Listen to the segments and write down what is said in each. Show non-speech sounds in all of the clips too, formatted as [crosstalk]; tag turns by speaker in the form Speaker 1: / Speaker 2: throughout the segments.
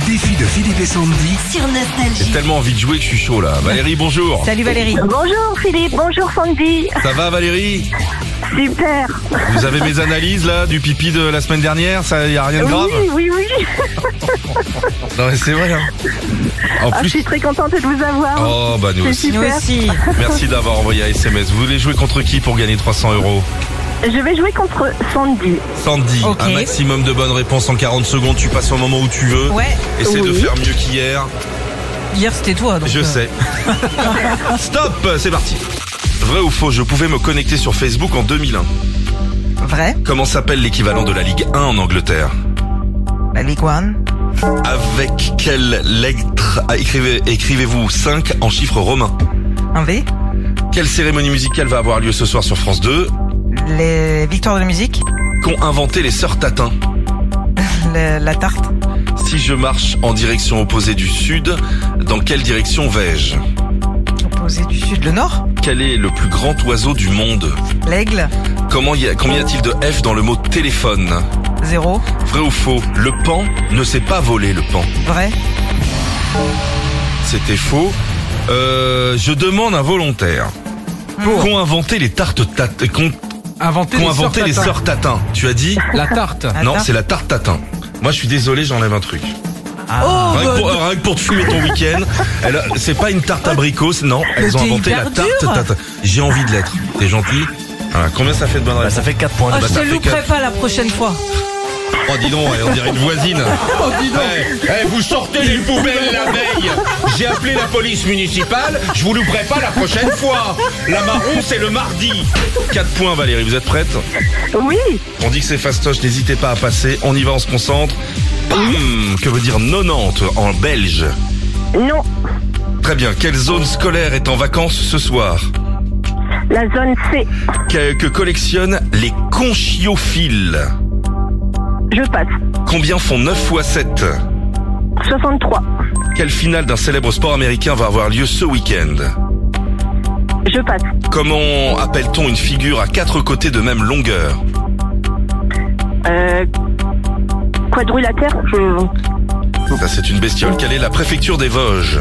Speaker 1: Philippe et Sandy.
Speaker 2: sur Nostalgie.
Speaker 3: J'ai tellement envie de jouer que je suis chaud là. Valérie, bonjour.
Speaker 4: Salut Valérie.
Speaker 2: Bonjour Philippe, bonjour Sandy.
Speaker 3: Ça va Valérie
Speaker 2: Super.
Speaker 3: Vous avez mes analyses là du pipi de la semaine dernière Ça y a rien de grave
Speaker 2: Oui, oui, oui.
Speaker 3: Non mais c'est vrai. Hein. En
Speaker 2: Ah, je
Speaker 3: plus.
Speaker 2: suis très contente de vous avoir.
Speaker 3: Oh bah nous
Speaker 2: C'est
Speaker 3: aussi.
Speaker 2: super.
Speaker 4: Nous aussi.
Speaker 3: Merci d'avoir envoyé un SMS. Vous voulez jouer contre qui pour gagner 300 euros
Speaker 2: Je vais jouer contre Sandy.
Speaker 3: Sandy,
Speaker 4: Ok.
Speaker 3: un maximum de bonnes réponses en 40 secondes. Tu passes au moment où tu veux.
Speaker 4: Ouais,
Speaker 3: Essaie de
Speaker 2: Oui.
Speaker 3: faire mieux qu'hier.
Speaker 4: hier c'était toi. Donc,
Speaker 3: Je
Speaker 4: euh,
Speaker 3: sais.
Speaker 2: [laughs]
Speaker 3: Stop, c'est parti. Vrai ou faux, je pouvais me connecter sur Facebook en 2001.
Speaker 4: Vrai.
Speaker 3: Comment s'appelle l'équivalent de la Ligue 1 en Angleterre
Speaker 4: La Ligue One.
Speaker 3: Avec quelle lettre ah, écrivez- écrivez-vous 5 en chiffres romains
Speaker 4: Un V.
Speaker 3: Quelle cérémonie musicale va avoir lieu ce soir sur France 2
Speaker 4: Les victoires de la musique.
Speaker 3: Qu'ont inventé les sœurs Tatin
Speaker 4: le- la tarte.
Speaker 3: Si je marche en direction opposée du sud, dans quelle direction vais-je
Speaker 4: Opposé du sud, le nord.
Speaker 3: Quel est le plus grand oiseau du monde
Speaker 4: L'aigle.
Speaker 3: Comment y a- Combien y a-t-il de F dans le mot téléphone
Speaker 4: Zéro.
Speaker 3: Vrai ou faux Le pan ne sait pas voler le pan.
Speaker 4: Vrai.
Speaker 3: C'était faux. Euh, je demande un volontaire.
Speaker 4: Ah
Speaker 3: Qu'ont inventé les tartes tatin Qu'ont
Speaker 5: Inventer
Speaker 3: qu'ont
Speaker 5: les
Speaker 3: inventé
Speaker 5: sortes
Speaker 3: les
Speaker 5: tatin.
Speaker 3: sœurs tatin Tu as dit
Speaker 5: La tarte.
Speaker 4: La
Speaker 3: Non,
Speaker 4: tarte.
Speaker 3: c'est la tarte tatin. Moi, je suis désolé, j'enlève un truc.
Speaker 4: Ah, Oh,
Speaker 3: Rien que,
Speaker 4: bah,
Speaker 3: pour, rien que pour te fumer ton week-end. Elle a- C'est pas une tarte abricot, c'est- non. Elles
Speaker 4: Mais
Speaker 3: ont
Speaker 4: t'es
Speaker 3: inventé la
Speaker 4: hyper
Speaker 3: tarte
Speaker 4: dur.
Speaker 3: tatin. J'ai envie de l'être. T'es gentil. Voilà, combien ça fait de bonnes réponses
Speaker 6: Ça fait 4 points.
Speaker 4: oh,
Speaker 3: bah,
Speaker 4: je te
Speaker 3: ça fait
Speaker 4: louperai
Speaker 3: quatre.
Speaker 4: pas la prochaine fois.
Speaker 3: Oh dis donc, on dirait une voisine. Eh, eh, vous sortez les poubelles la veille. J'ai appelé la police municipale. Je vous louperai pas la prochaine fois. La marron, c'est le mardi. 4 points, Valérie. Vous êtes prête
Speaker 2: Oui.
Speaker 3: On dit que c'est fastoche. N'hésitez pas à passer. On y va, on se concentre. Bam que veut dire 90 en belge
Speaker 2: Non.
Speaker 3: Très bien. Quelle zone scolaire est en vacances ce soir
Speaker 2: La zone C.
Speaker 3: que, que collectionnent les conchiophiles
Speaker 2: Je passe.
Speaker 3: Combien font 9 fois 7
Speaker 2: 63.
Speaker 3: Quelle finale d'un célèbre sport américain va avoir lieu ce week-end
Speaker 2: Je passe.
Speaker 3: Comment appelle-t-on une figure à quatre côtés de même longueur
Speaker 2: Euh, quadrilatère. Je,
Speaker 3: Ça c'est une bestiole. Quelle est la préfecture des Vosges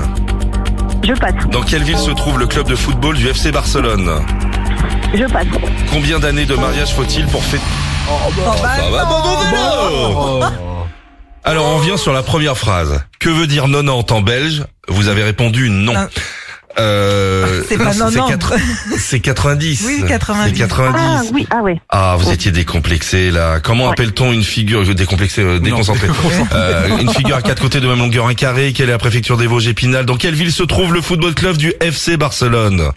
Speaker 2: je passe.
Speaker 3: Dans quelle ville se trouve le club de football du FC Barcelone
Speaker 2: Je passe.
Speaker 3: Combien d'années de mariage faut-il pour fêter Ça
Speaker 4: Ah,
Speaker 3: va, bon, bon, bon,
Speaker 5: Oh.
Speaker 3: bon. Alors on vient sur la première phrase. Que veut dire 90 en belge Vous avez répondu non.
Speaker 4: Ah.
Speaker 3: Euh,
Speaker 4: C'est pas
Speaker 3: non,
Speaker 4: 90.
Speaker 3: quatre- C'est 90.
Speaker 4: Oui, 90.
Speaker 3: C'est 90.
Speaker 2: Ah oui, ah ouais.
Speaker 3: Ah, vous étiez décomplexé là. Comment
Speaker 2: Ouais.
Speaker 3: appelle-on une figure je- décomplexé, euh, déconcentré Euh, Une figure à quatre côtés de même longueur, un carré. Quelle est la préfecture des Vosges Épinal Dans quelle ville se trouve le football club du FC Barcelone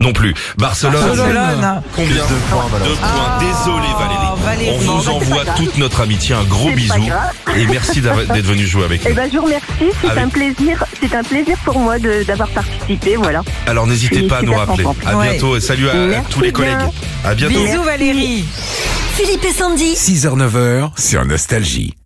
Speaker 3: Non plus. Barcelone.
Speaker 4: Barcelone.
Speaker 3: Combien
Speaker 6: Plus de points, Valérie.
Speaker 3: Deux
Speaker 2: Ah.
Speaker 3: points. Désolé
Speaker 4: Oh,
Speaker 3: Valérie.
Speaker 4: Valérie.
Speaker 3: On vous
Speaker 2: Bon, bah, c'est
Speaker 3: envoie
Speaker 2: pas grave.
Speaker 3: toute notre amitié, un gros
Speaker 2: C'est pas
Speaker 3: bisou
Speaker 2: grave.
Speaker 3: et merci d'avoir- d'être venu jouer avec
Speaker 2: Eh
Speaker 3: nous.
Speaker 2: ben, je vous remercie. C'est
Speaker 3: Avec-
Speaker 2: un plaisir. C'est un plaisir pour moi de- d'avoir participé. Voilà.
Speaker 3: Alors n'hésitez
Speaker 2: Je
Speaker 3: pas à
Speaker 2: suis
Speaker 3: nous
Speaker 2: super
Speaker 3: rappeler.
Speaker 2: contente.
Speaker 3: À
Speaker 4: Ouais.
Speaker 3: bientôt et salut à, à
Speaker 2: Merci
Speaker 3: tous les collègues.
Speaker 2: bien.
Speaker 3: À bientôt.
Speaker 4: Bisous Valérie.
Speaker 2: Philippe et Sandy.
Speaker 1: 6h, 9h sur Nostalgie.